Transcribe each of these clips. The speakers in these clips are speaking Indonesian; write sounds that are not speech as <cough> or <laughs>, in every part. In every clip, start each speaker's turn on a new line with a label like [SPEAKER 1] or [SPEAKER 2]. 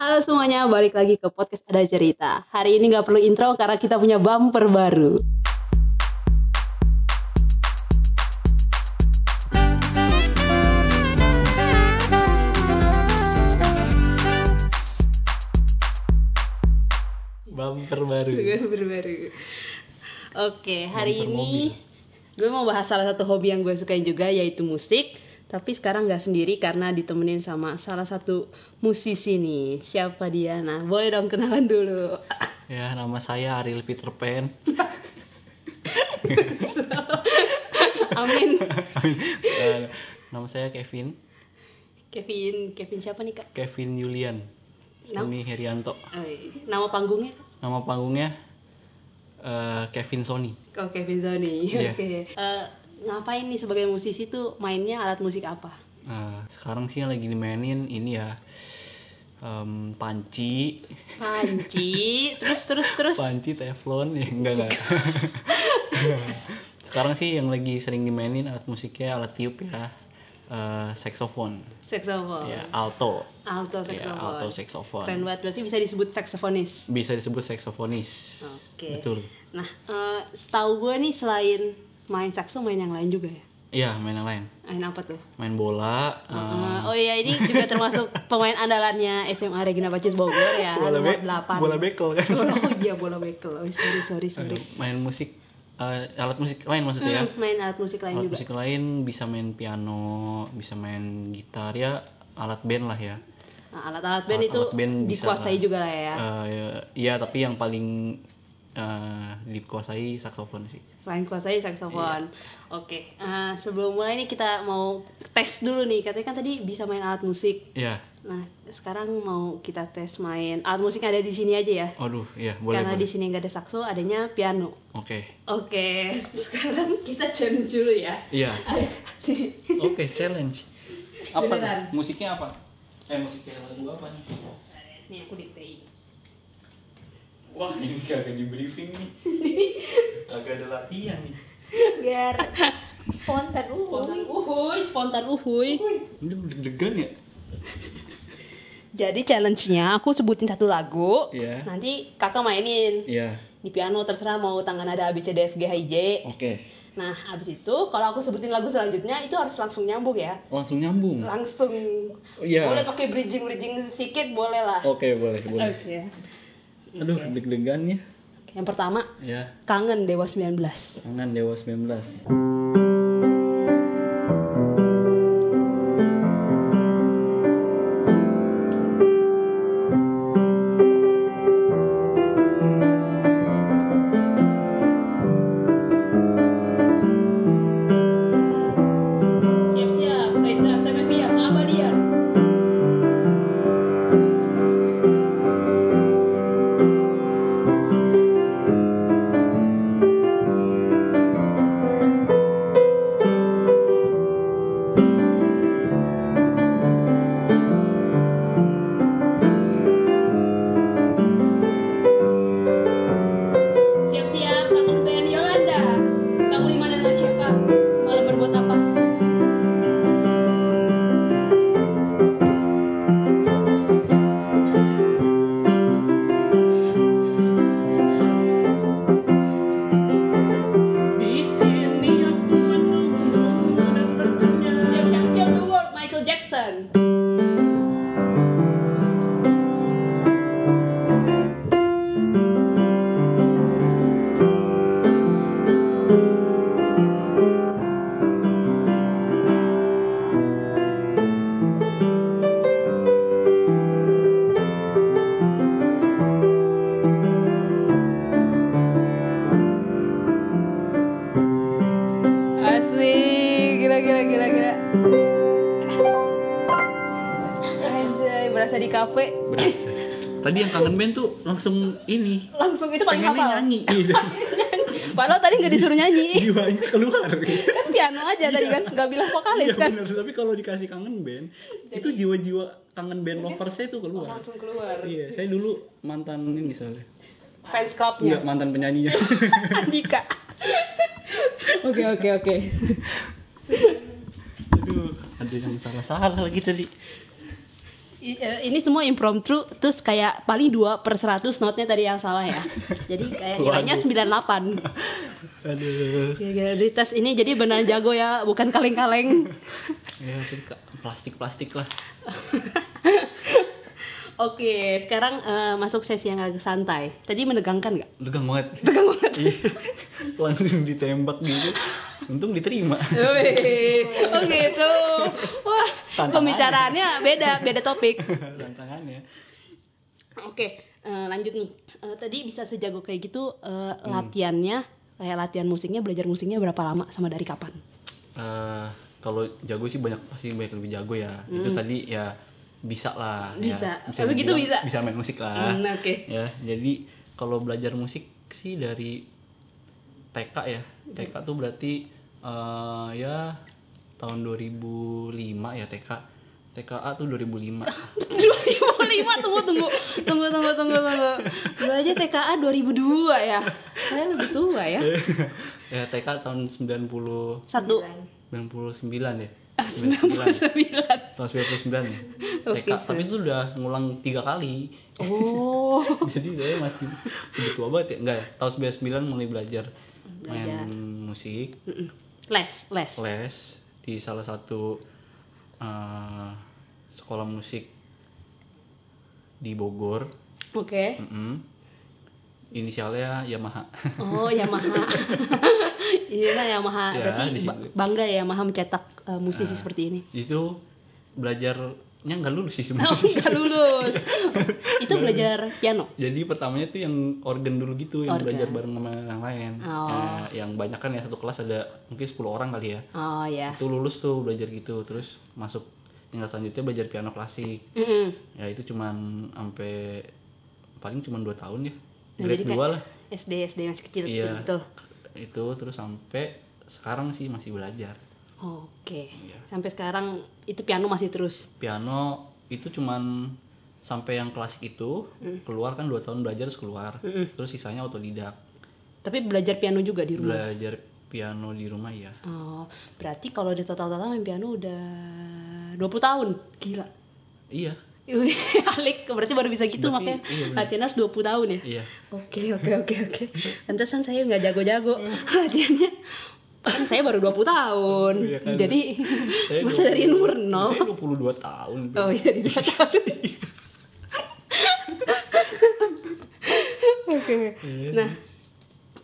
[SPEAKER 1] Halo semuanya, balik lagi ke podcast Ada Cerita. Hari ini nggak perlu intro karena kita punya bumper baru.
[SPEAKER 2] Bumper baru.
[SPEAKER 1] Bumper baru. Oke, hari
[SPEAKER 2] Bumper
[SPEAKER 1] ini
[SPEAKER 2] mobil.
[SPEAKER 1] gue mau bahas salah satu hobi yang gue sukain juga yaitu musik. Tapi sekarang nggak sendiri karena ditemenin sama salah satu musisi nih. Siapa dia? Nah, boleh dong kenalan
[SPEAKER 2] <laughs>
[SPEAKER 1] dulu.
[SPEAKER 2] Ya, nama saya Ariel Peter Pan.
[SPEAKER 1] Amin.
[SPEAKER 2] Eh, nama saya Kevin,
[SPEAKER 1] Kevin, Kevin siapa nih kak?
[SPEAKER 2] Kevin Julian. Sony Herianto.
[SPEAKER 1] Eh, Nama panggungnya? Kak?
[SPEAKER 2] Nama panggungnya eh, Kevin Sony.
[SPEAKER 1] Oh, Kevin Sony.
[SPEAKER 2] Iya.
[SPEAKER 1] Oke. Eh, ngapain nih sebagai musisi tuh mainnya alat musik apa?
[SPEAKER 2] Nah, sekarang sih yang lagi dimainin ini ya em, panci,
[SPEAKER 1] Panci, terus terus terus.
[SPEAKER 2] panci teflon ya enggak
[SPEAKER 1] <laughs>
[SPEAKER 2] enggak. sekarang sih yang lagi sering dimainin alat musiknya alat tiup ya. eh, saxophone,
[SPEAKER 1] Saxophone.
[SPEAKER 2] ya alto,
[SPEAKER 1] Alto
[SPEAKER 2] ya
[SPEAKER 1] saxophone.
[SPEAKER 2] alto saxophone.
[SPEAKER 1] Keren banget, berarti bisa disebut saksofonis.
[SPEAKER 2] bisa disebut seksofonis.
[SPEAKER 1] Oke.
[SPEAKER 2] Betul.
[SPEAKER 1] Nah, eh, setahu gue nih selain main sakso main yang lain juga ya.
[SPEAKER 2] Iya, main yang lain.
[SPEAKER 1] Main apa tuh?
[SPEAKER 2] Main bola.
[SPEAKER 1] Eh, oh iya ini juga
[SPEAKER 2] <laughs>
[SPEAKER 1] termasuk pemain andalannya SMA Regina Pacis Bogor ya. nomor delapan.
[SPEAKER 2] bola bekel kan.
[SPEAKER 1] Oh iya bola bekel. Oh, sorry sorry sorry.
[SPEAKER 2] Aduh, main musik eh, alat musik lain maksudnya ya.
[SPEAKER 1] Hmm, main alat musik lain
[SPEAKER 2] alat
[SPEAKER 1] juga.
[SPEAKER 2] musik lain bisa main piano, bisa main gitar ya, alat band lah ya.
[SPEAKER 1] Nah, alat-alat band itu
[SPEAKER 2] Alat-alat band bisa
[SPEAKER 1] dikuasai
[SPEAKER 2] lah.
[SPEAKER 1] juga lah ya.
[SPEAKER 2] Eh, ya, iya, tapi yang paling eh, dikuasai saksofon sih.
[SPEAKER 1] Selain kuasai saksofon.
[SPEAKER 2] Iya.
[SPEAKER 1] Oke, eh, sebelum mulai nih kita mau tes dulu nih. Katanya kan tadi bisa main alat musik.
[SPEAKER 2] Iya.
[SPEAKER 1] Nah, sekarang mau kita tes main alat musik yang ada di sini aja ya.
[SPEAKER 2] Aduh, iya, boleh
[SPEAKER 1] Karena di
[SPEAKER 2] boleh.
[SPEAKER 1] sini nggak ada sakso, adanya piano.
[SPEAKER 2] Oke.
[SPEAKER 1] Oke, <laughs> sekarang kita challenge dulu ya.
[SPEAKER 2] Iya.
[SPEAKER 1] Ayo, sini.
[SPEAKER 2] Oke, challenge. Apa? tuh?
[SPEAKER 1] Beneran.
[SPEAKER 2] Musiknya apa? Eh, musiknya lagu apa nih?
[SPEAKER 1] Nih aku diktein.
[SPEAKER 2] Wah, ini kagak di briefing
[SPEAKER 1] <laughs>
[SPEAKER 2] nih. Kagak ada latihan nih.
[SPEAKER 3] biar spontan
[SPEAKER 1] Spontan
[SPEAKER 3] uh
[SPEAKER 1] uhuy, spontan uhuy.
[SPEAKER 2] Ini deg-degan ya?
[SPEAKER 1] Jadi challenge-nya aku sebutin satu lagu.
[SPEAKER 2] Iya.
[SPEAKER 1] Nanti kakak mainin.
[SPEAKER 2] Iya.
[SPEAKER 1] di piano terserah mau tangan ada A B C D F G H I J.
[SPEAKER 2] Oke.
[SPEAKER 1] Nah, abis itu kalau aku sebutin lagu selanjutnya itu harus langsung nyambung ya.
[SPEAKER 2] Langsung nyambung.
[SPEAKER 1] Langsung.
[SPEAKER 2] Hmm. Iya.
[SPEAKER 1] Boleh pakai bridging-bridging sedikit boleh lah.
[SPEAKER 2] Oke, boleh, boleh.
[SPEAKER 1] Oke.
[SPEAKER 2] Aduh, deg-degan ya.
[SPEAKER 1] Oke, Yang pertama,
[SPEAKER 2] Ya,
[SPEAKER 1] Kangen Dewa 19.
[SPEAKER 2] tangan Dewa 19.
[SPEAKER 1] Siap-siap, Reza Artemevia, keabadian. Siap-siap, kamu band Yolanda. Kamu di mana dengan siapa? Semalam berbuat apa?
[SPEAKER 2] Di sini aku menunggu dan bertanya.
[SPEAKER 1] Siap-siap, Kill the World, Michael Jackson. Asik, gila gila gila gila. Anjay, berasa di kafe.
[SPEAKER 2] Beras. Tadi yang kangen band tuh langsung ini.
[SPEAKER 1] Langsung itu paling
[SPEAKER 2] Pengennya
[SPEAKER 1] hafal.
[SPEAKER 2] nyanyi. Iya.
[SPEAKER 1] <laughs> Padahal tadi nggak disuruh nyanyi.
[SPEAKER 2] Jiwanya keluar.
[SPEAKER 1] Kan piano aja tadi kan, nggak bilang vokalis
[SPEAKER 2] Iya
[SPEAKER 1] kan.
[SPEAKER 2] bener, tapi kalau dikasih kangen band, itu jiwa-jiwa kangen band lovers saya itu keluar.
[SPEAKER 1] Langsung keluar.
[SPEAKER 2] Iya, saya dulu mantan ini soalnya.
[SPEAKER 1] Fans
[SPEAKER 2] Enggak,
[SPEAKER 1] clubnya.
[SPEAKER 2] mantan <laughs> penyanyinya. Iya.
[SPEAKER 1] <laughs> Andika. Oke oke oke.
[SPEAKER 2] Aduh, ada yang salah-salah lagi tadi.
[SPEAKER 1] i- eh, ini semua impromptu terus kayak paling 2 per 100 notnya tadi yang salah ya jadi kayak kiranya
[SPEAKER 2] Waduh.
[SPEAKER 1] 98
[SPEAKER 2] Aduh.
[SPEAKER 1] Kira-kira Iya, di tes ini jadi benar jago ya, bukan kaleng-kaleng.
[SPEAKER 2] Ya, itu ka- plastik-plastik lah.
[SPEAKER 1] Oke, sekarang eh, masuk sesi yang agak santai. Tadi menegangkan nggak?
[SPEAKER 2] Tegang banget. Tegang banget. Iya. Langsung ditembak gitu. Untung diterima. <laughs>
[SPEAKER 1] Wih, Oh gitu. Wah,
[SPEAKER 2] Tantangannya.
[SPEAKER 1] pembicaraannya beda, beda topik.
[SPEAKER 2] Tantangannya.
[SPEAKER 1] Oke, eh, lanjut nih. Eh, tadi bisa sejago kayak gitu eh, latihannya, kayak latihan musiknya, belajar musiknya berapa lama sama dari kapan?
[SPEAKER 2] Eh, kalau jago sih banyak pasti banyak lebih jago ya. Itu
[SPEAKER 1] Hmm.
[SPEAKER 2] tadi ya bisa lah.
[SPEAKER 1] Bisa.
[SPEAKER 2] Ya,
[SPEAKER 1] Kalau gitu
[SPEAKER 2] dibilang
[SPEAKER 1] bisa.
[SPEAKER 2] Bisa main musik lah.
[SPEAKER 1] Hmm, Oke.
[SPEAKER 2] Ya, jadi kalau belajar musik sih dari TK ya. TK tuh berarti eh, ya tahun 2005 ya TK. TKA tuh
[SPEAKER 1] <laughs>
[SPEAKER 2] 2005.
[SPEAKER 1] 2005 tunggu tunggu tunggu tunggu tunggu tunggu. Gue aja TKA 2002 ya. Saya lebih tua ya.
[SPEAKER 2] ya TK tahun 90
[SPEAKER 1] Satu.
[SPEAKER 2] 99 ya.
[SPEAKER 1] Ah,
[SPEAKER 2] 99.
[SPEAKER 1] 99.
[SPEAKER 2] Tahun 99. TK,
[SPEAKER 1] Oke.
[SPEAKER 2] ya, tapi itu udah ngulang tiga kali.
[SPEAKER 1] Oh.
[SPEAKER 2] <laughs> jadi saya masih udah tua banget ya enggak ya. tahun 99 mulai belajar
[SPEAKER 1] Belajar. Nah.
[SPEAKER 2] main musik
[SPEAKER 1] Mm-mm. Les, les.
[SPEAKER 2] les di salah satu eh, sekolah musik di Bogor <laughs>
[SPEAKER 1] Oke.
[SPEAKER 2] Mm-mm. inisialnya Yamaha
[SPEAKER 1] Oh,
[SPEAKER 2] <laughs>
[SPEAKER 1] Yamaha. Iya lah Yamaha.
[SPEAKER 2] Ya, di
[SPEAKER 1] Berarti
[SPEAKER 2] situ.
[SPEAKER 1] ba- bangga ya Yamaha mencetak uh,
[SPEAKER 2] <laughs>
[SPEAKER 1] musisi
[SPEAKER 2] Ah.
[SPEAKER 1] seperti ini.
[SPEAKER 2] itu belajarnya nggak lulus sih
[SPEAKER 1] Oh,
[SPEAKER 2] sebenarnya
[SPEAKER 1] nggak lulus. Itu belajar piano.
[SPEAKER 2] <laughs> jadi pertamanya tuh yang organ dulu gitu yang
[SPEAKER 1] Organ.
[SPEAKER 2] belajar bareng sama yang lain
[SPEAKER 1] Oh.
[SPEAKER 2] Eh, yang banyak kan ya satu kelas ada mungkin 10 orang kali ya
[SPEAKER 1] Oh ya.
[SPEAKER 2] itu lulus tuh belajar gitu terus masuk tingkat selanjutnya belajar piano klasik
[SPEAKER 1] Mm-mm.
[SPEAKER 2] ya itu cuman sampai paling cuman dua tahun ya
[SPEAKER 1] Nah,
[SPEAKER 2] grade
[SPEAKER 1] jadi kayak-
[SPEAKER 2] dua lah
[SPEAKER 1] SD SD masih kecil kecil
[SPEAKER 2] Iya.
[SPEAKER 1] gitu.
[SPEAKER 2] itu terus sampai sekarang sih masih belajar
[SPEAKER 1] Oke.
[SPEAKER 2] Iya.
[SPEAKER 1] Sampai sekarang itu piano masih terus.
[SPEAKER 2] piano itu cuman sampai yang klasik itu
[SPEAKER 1] Hmm.
[SPEAKER 2] keluar kan dua tahun belajar terus keluar
[SPEAKER 1] Mm-mm.
[SPEAKER 2] terus sisanya otodidak
[SPEAKER 1] Tapi belajar piano juga Hmm. di rumah.
[SPEAKER 2] belajar piano di rumah ya
[SPEAKER 1] Oh, berarti kalau di total-total main piano udah 20 tahun. Gila.
[SPEAKER 2] iya
[SPEAKER 1] Wih, <laughs> Alik, berarti baru bisa gitu
[SPEAKER 2] Berarti,
[SPEAKER 1] makanya
[SPEAKER 2] iya bener.
[SPEAKER 1] latihan harus 20 tahun ya?
[SPEAKER 2] iya
[SPEAKER 1] Oke, oke, oke, oke. Pantesan saya nggak jago-jago latihannya. Kan saya baru 20 tahun.
[SPEAKER 2] Iya kan?
[SPEAKER 1] Jadi <laughs> <laughs> masa dari umur nol.
[SPEAKER 2] saya 22 tahun
[SPEAKER 1] Oh, iya dari 2 tahun. Oke.
[SPEAKER 2] Iya.
[SPEAKER 1] Nah,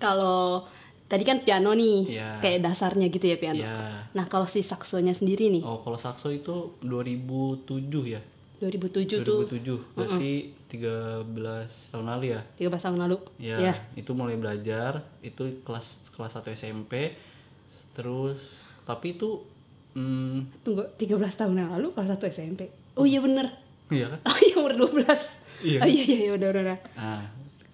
[SPEAKER 1] kalau tadi kan piano nih,
[SPEAKER 2] Iya.
[SPEAKER 1] kayak dasarnya gitu ya piano.
[SPEAKER 2] Iya.
[SPEAKER 1] Nah, kalau si saksonya sendiri nih,
[SPEAKER 2] Oh, kalau sakso itu 2007 ya?
[SPEAKER 1] 2007 tuh
[SPEAKER 2] 2007. Berarti 13 tahun lalu ya?
[SPEAKER 1] 13 tahun lalu.
[SPEAKER 2] Ya,
[SPEAKER 1] Iya.
[SPEAKER 2] itu mulai belajar, itu kelas kelas 1 SMP. Terus tapi itu hmm,
[SPEAKER 1] Tunggu, 13 tahun yang lalu kelas 1 SMP. Oh iya bener. <laughs>
[SPEAKER 2] iya kan?
[SPEAKER 1] Oh iya umur 12.
[SPEAKER 2] Hmm. Iya.
[SPEAKER 1] Oh iya iya iya, udah udah. udah.
[SPEAKER 2] Nah,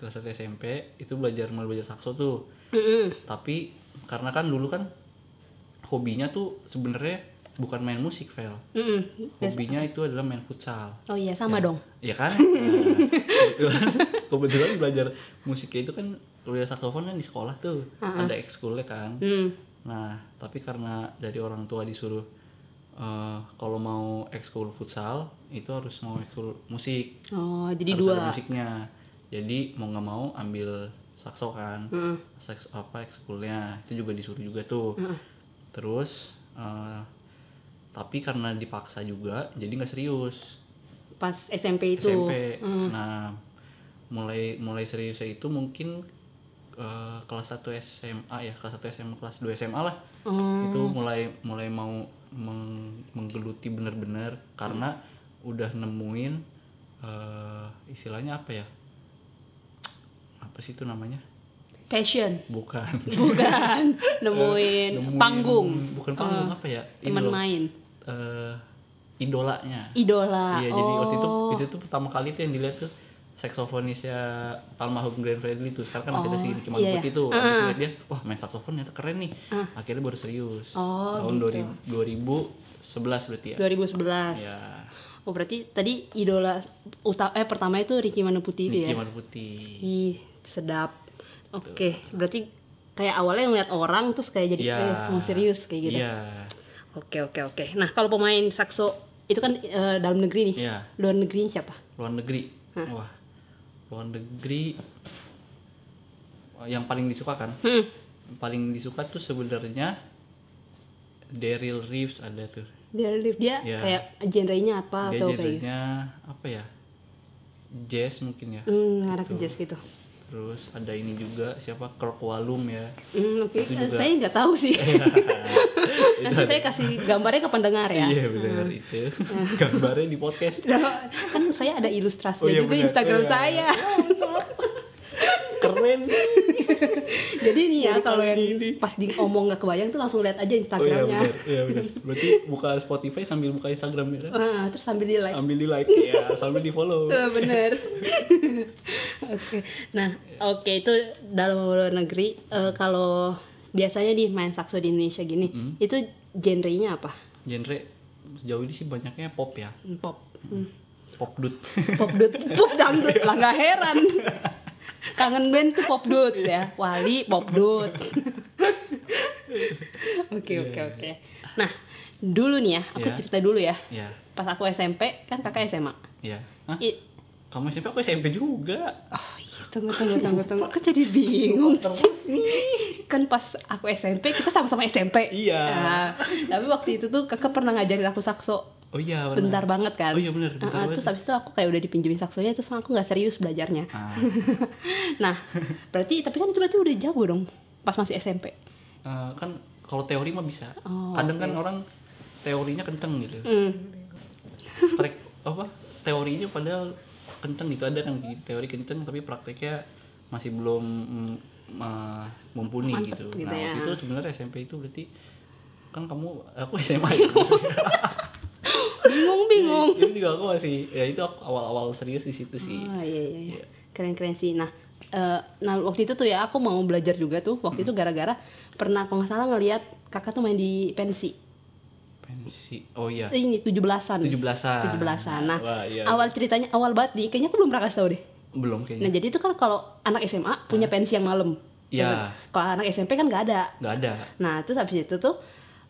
[SPEAKER 2] kelas 1 SMP itu belajar mulai belajar sakso tuh.
[SPEAKER 1] Mm-mm.
[SPEAKER 2] Tapi karena kan dulu kan hobinya tuh sebenarnya bukan main musik, Vel.
[SPEAKER 1] Mm-mm. Biasa.
[SPEAKER 2] Hobinya itu adalah main futsal.
[SPEAKER 1] Oh iya sama
[SPEAKER 2] Ya.
[SPEAKER 1] dong.
[SPEAKER 2] Oh. Iya
[SPEAKER 1] <laughs>
[SPEAKER 2] kan? Nah, kebetulan, kebetulan belajar musiknya itu kan belajar saksofon kan di sekolah tuh.
[SPEAKER 1] Ah.
[SPEAKER 2] Ada ekskulnya kan.
[SPEAKER 1] Hmm.
[SPEAKER 2] Nah, tapi karena dari orang tua disuruh eh, kalau mau ekskul futsal itu harus mau ekskul musik.
[SPEAKER 1] Oh, jadi
[SPEAKER 2] harus
[SPEAKER 1] dua.
[SPEAKER 2] ada musiknya. Jadi mau nggak mau ambil sakso kan.
[SPEAKER 1] Mm-mm.
[SPEAKER 2] Saks- apa ekskulnya itu juga disuruh juga tuh.
[SPEAKER 1] Mm-mm.
[SPEAKER 2] Terus eh, tapi karena dipaksa juga jadi nggak serius.
[SPEAKER 1] Pas SMP itu.
[SPEAKER 2] SMP.
[SPEAKER 1] Mm.
[SPEAKER 2] Nah, mulai mulai seriusnya itu mungkin eh, kelas 1 SMA ya, kelas 1 SMA, kelas 2 SMA lah.
[SPEAKER 1] Mm.
[SPEAKER 2] Itu mulai mulai mau meng- menggeluti bener-bener karena udah nemuin eh, istilahnya apa ya? Apa sih itu namanya?
[SPEAKER 1] Passion. <laughs>
[SPEAKER 2] Bukan.
[SPEAKER 1] Bukan nemuin,
[SPEAKER 2] <laughs> Nemuin-
[SPEAKER 1] panggung.
[SPEAKER 2] Bukan panggung
[SPEAKER 1] Eh,
[SPEAKER 2] apa ya? Ini
[SPEAKER 1] Teman
[SPEAKER 2] loh,
[SPEAKER 1] main.
[SPEAKER 2] eh, idolanya.
[SPEAKER 1] Idola.
[SPEAKER 2] Iya,
[SPEAKER 1] oh.
[SPEAKER 2] jadi waktu itu itu tuh pertama kali tuh yang dilihat tuh saksofonisnya almarhum Glenn Fredly tuh sekarang kan masih ada
[SPEAKER 1] Oh,
[SPEAKER 2] si Ricky
[SPEAKER 1] iya,
[SPEAKER 2] Putih
[SPEAKER 1] iya.
[SPEAKER 2] tuh Abis
[SPEAKER 1] Ah.
[SPEAKER 2] lihat dia wah main saksofon ternyata keren nih
[SPEAKER 1] Ah.
[SPEAKER 2] akhirnya baru serius
[SPEAKER 1] Oh,
[SPEAKER 2] tahun
[SPEAKER 1] gitu.
[SPEAKER 2] 2000, 2011 berarti ya
[SPEAKER 1] 2011.
[SPEAKER 2] ya
[SPEAKER 1] Oh, berarti tadi idola uta- eh pertama itu Ricky Manu Putih itu
[SPEAKER 2] Ricky
[SPEAKER 1] ya.
[SPEAKER 2] Manu Putih
[SPEAKER 1] Ih, sedap. Oke, berarti kayak awalnya ngeliat orang terus kayak jadi
[SPEAKER 2] Iya.
[SPEAKER 1] eh, semua serius kayak gitu.
[SPEAKER 2] Iya.
[SPEAKER 1] Oke, oke, oke. Nah, kalau pemain sakso Itu kan eh, dalam negeri nih.
[SPEAKER 2] Iya.
[SPEAKER 1] Luar negerinya siapa?
[SPEAKER 2] luar negeri
[SPEAKER 1] Hah.
[SPEAKER 2] wah luar negeri eh, yang paling disukakan
[SPEAKER 1] Hmm.
[SPEAKER 2] yang paling disuka tuh sebenarnya Daryl Reeves ada tuh
[SPEAKER 1] Dia dia
[SPEAKER 2] Iya.
[SPEAKER 1] kayak genrenya apa
[SPEAKER 2] dia
[SPEAKER 1] atau kayak gitu.
[SPEAKER 2] jadinya apa ya jazz mungkin ya
[SPEAKER 1] Hmm, ngarah ke
[SPEAKER 2] Gitu.
[SPEAKER 1] jazz gitu.
[SPEAKER 2] terus ada ini juga siapa Kirk Walum ya
[SPEAKER 1] Hmm, oke.
[SPEAKER 2] Itu
[SPEAKER 1] Eh,
[SPEAKER 2] juga.
[SPEAKER 1] Saya nggak tahu sih.
[SPEAKER 2] <laughs> Itu
[SPEAKER 1] Nanti
[SPEAKER 2] ada.
[SPEAKER 1] saya kasih gambarnya ke pendengar ya. Hmm.
[SPEAKER 2] iya benar itu <laughs> gambarnya di podcast
[SPEAKER 1] Nah, kan saya ada ilustrasinya
[SPEAKER 2] Oh, iya,
[SPEAKER 1] juga
[SPEAKER 2] benar.
[SPEAKER 1] Instagram
[SPEAKER 2] Oh, iya.
[SPEAKER 1] saya.
[SPEAKER 2] keren Oh, iya,
[SPEAKER 1] Jadi nih ya
[SPEAKER 2] Baru
[SPEAKER 1] kalau
[SPEAKER 2] kali
[SPEAKER 1] yang
[SPEAKER 2] ini.
[SPEAKER 1] pas di omong nggak kebayang tuh langsung lihat aja
[SPEAKER 2] oh iya
[SPEAKER 1] Instagramnya.
[SPEAKER 2] benar iya benar berarti buka Spotify sambil buka Instagram ya kan?
[SPEAKER 1] Ah, terus sambil di like.
[SPEAKER 2] ambil di like
[SPEAKER 1] <laughs>
[SPEAKER 2] ya sambil di follow
[SPEAKER 1] Eh, bener. <laughs> oke. Nah, oke itu dalam luar negeri eh, kalau biasanya di main sakso di Indonesia gini,
[SPEAKER 2] Hmm.
[SPEAKER 1] itu genrenya apa?
[SPEAKER 2] genre sejauh ini sih banyaknya pop ya
[SPEAKER 1] Hmm, Pop. Hmm.
[SPEAKER 2] pop dut
[SPEAKER 1] Pop dut, pop dangdut lah nggak heran. Kangen band tuh pop dut ya. Wali pop dut. Oke, oke, oke. Nah, dulu nih ya, aku
[SPEAKER 2] Iya.
[SPEAKER 1] cerita dulu ya.
[SPEAKER 2] <laughs> ya
[SPEAKER 1] Pas aku SMP kan kakak SMA.
[SPEAKER 2] ya Hah?
[SPEAKER 1] I-
[SPEAKER 2] kamu SMP aku SMP juga
[SPEAKER 1] Oh iya, tunggu, tunggu, tunggu, tunggu. Kan jadi bingung. kan pas aku SMP, kita sama-sama SMP.
[SPEAKER 2] Iya.
[SPEAKER 1] Nah, tapi waktu itu tuh kakak pernah ngajarin aku sakso.
[SPEAKER 2] oh iya benar.
[SPEAKER 1] Bentar banget kan.
[SPEAKER 2] oh iya benar bentar
[SPEAKER 1] Heeh,
[SPEAKER 2] banget.
[SPEAKER 1] terus habis itu aku kayak udah dipinjemin saksonya, terus aku nggak serius belajarnya.
[SPEAKER 2] Ah,
[SPEAKER 1] <laughs> Nah, berarti, tapi kan itu berarti udah jago dong pas masih SMP.
[SPEAKER 2] eh, kan kalau teori mah bisa
[SPEAKER 1] Oh,
[SPEAKER 2] kadang kan
[SPEAKER 1] oke.
[SPEAKER 2] orang teorinya kenceng gitu
[SPEAKER 1] <laughs> Hmm.
[SPEAKER 2] Prek, apa teorinya padahal kenceng gitu ada kan gitu, teori kenceng tapi prakteknya masih belum mm, eh, mumpuni
[SPEAKER 1] Mantep
[SPEAKER 2] gitu.
[SPEAKER 1] gitu
[SPEAKER 2] Nah
[SPEAKER 1] ya.
[SPEAKER 2] waktu itu sebenarnya SMP itu berarti kan kamu
[SPEAKER 1] <laughs>
[SPEAKER 2] aku SMA ya.
[SPEAKER 1] Bingung-bingung.
[SPEAKER 2] itu juga aku masih ya itu aku awal-awal serius di situ sih.
[SPEAKER 1] Oh iya iya iya.
[SPEAKER 2] Iya.
[SPEAKER 1] Keren-keren sih. Nah, eh, nah waktu itu tuh ya aku mau belajar juga tuh. Waktu
[SPEAKER 2] Hmm.
[SPEAKER 1] itu gara-gara pernah kalau nggak salah ngelihat kakak tuh main di pensi.
[SPEAKER 2] Pensi. Oh iya.
[SPEAKER 1] Eh, Ini 17-an.
[SPEAKER 2] 17-an.
[SPEAKER 1] 17-an. Nah,
[SPEAKER 2] Wah, iya.
[SPEAKER 1] awal ceritanya awal banget nih. Kayaknya aku belum pernah kasih tau deh.
[SPEAKER 2] Belum
[SPEAKER 1] Nah,
[SPEAKER 2] kayaknya.
[SPEAKER 1] jadi itu kan kalau anak SMA punya pensi yang malam.
[SPEAKER 2] Iya.
[SPEAKER 1] kan? Kalau anak SMP kan nggak ada.
[SPEAKER 2] Nggak ada.
[SPEAKER 1] Nah, terus habis itu tuh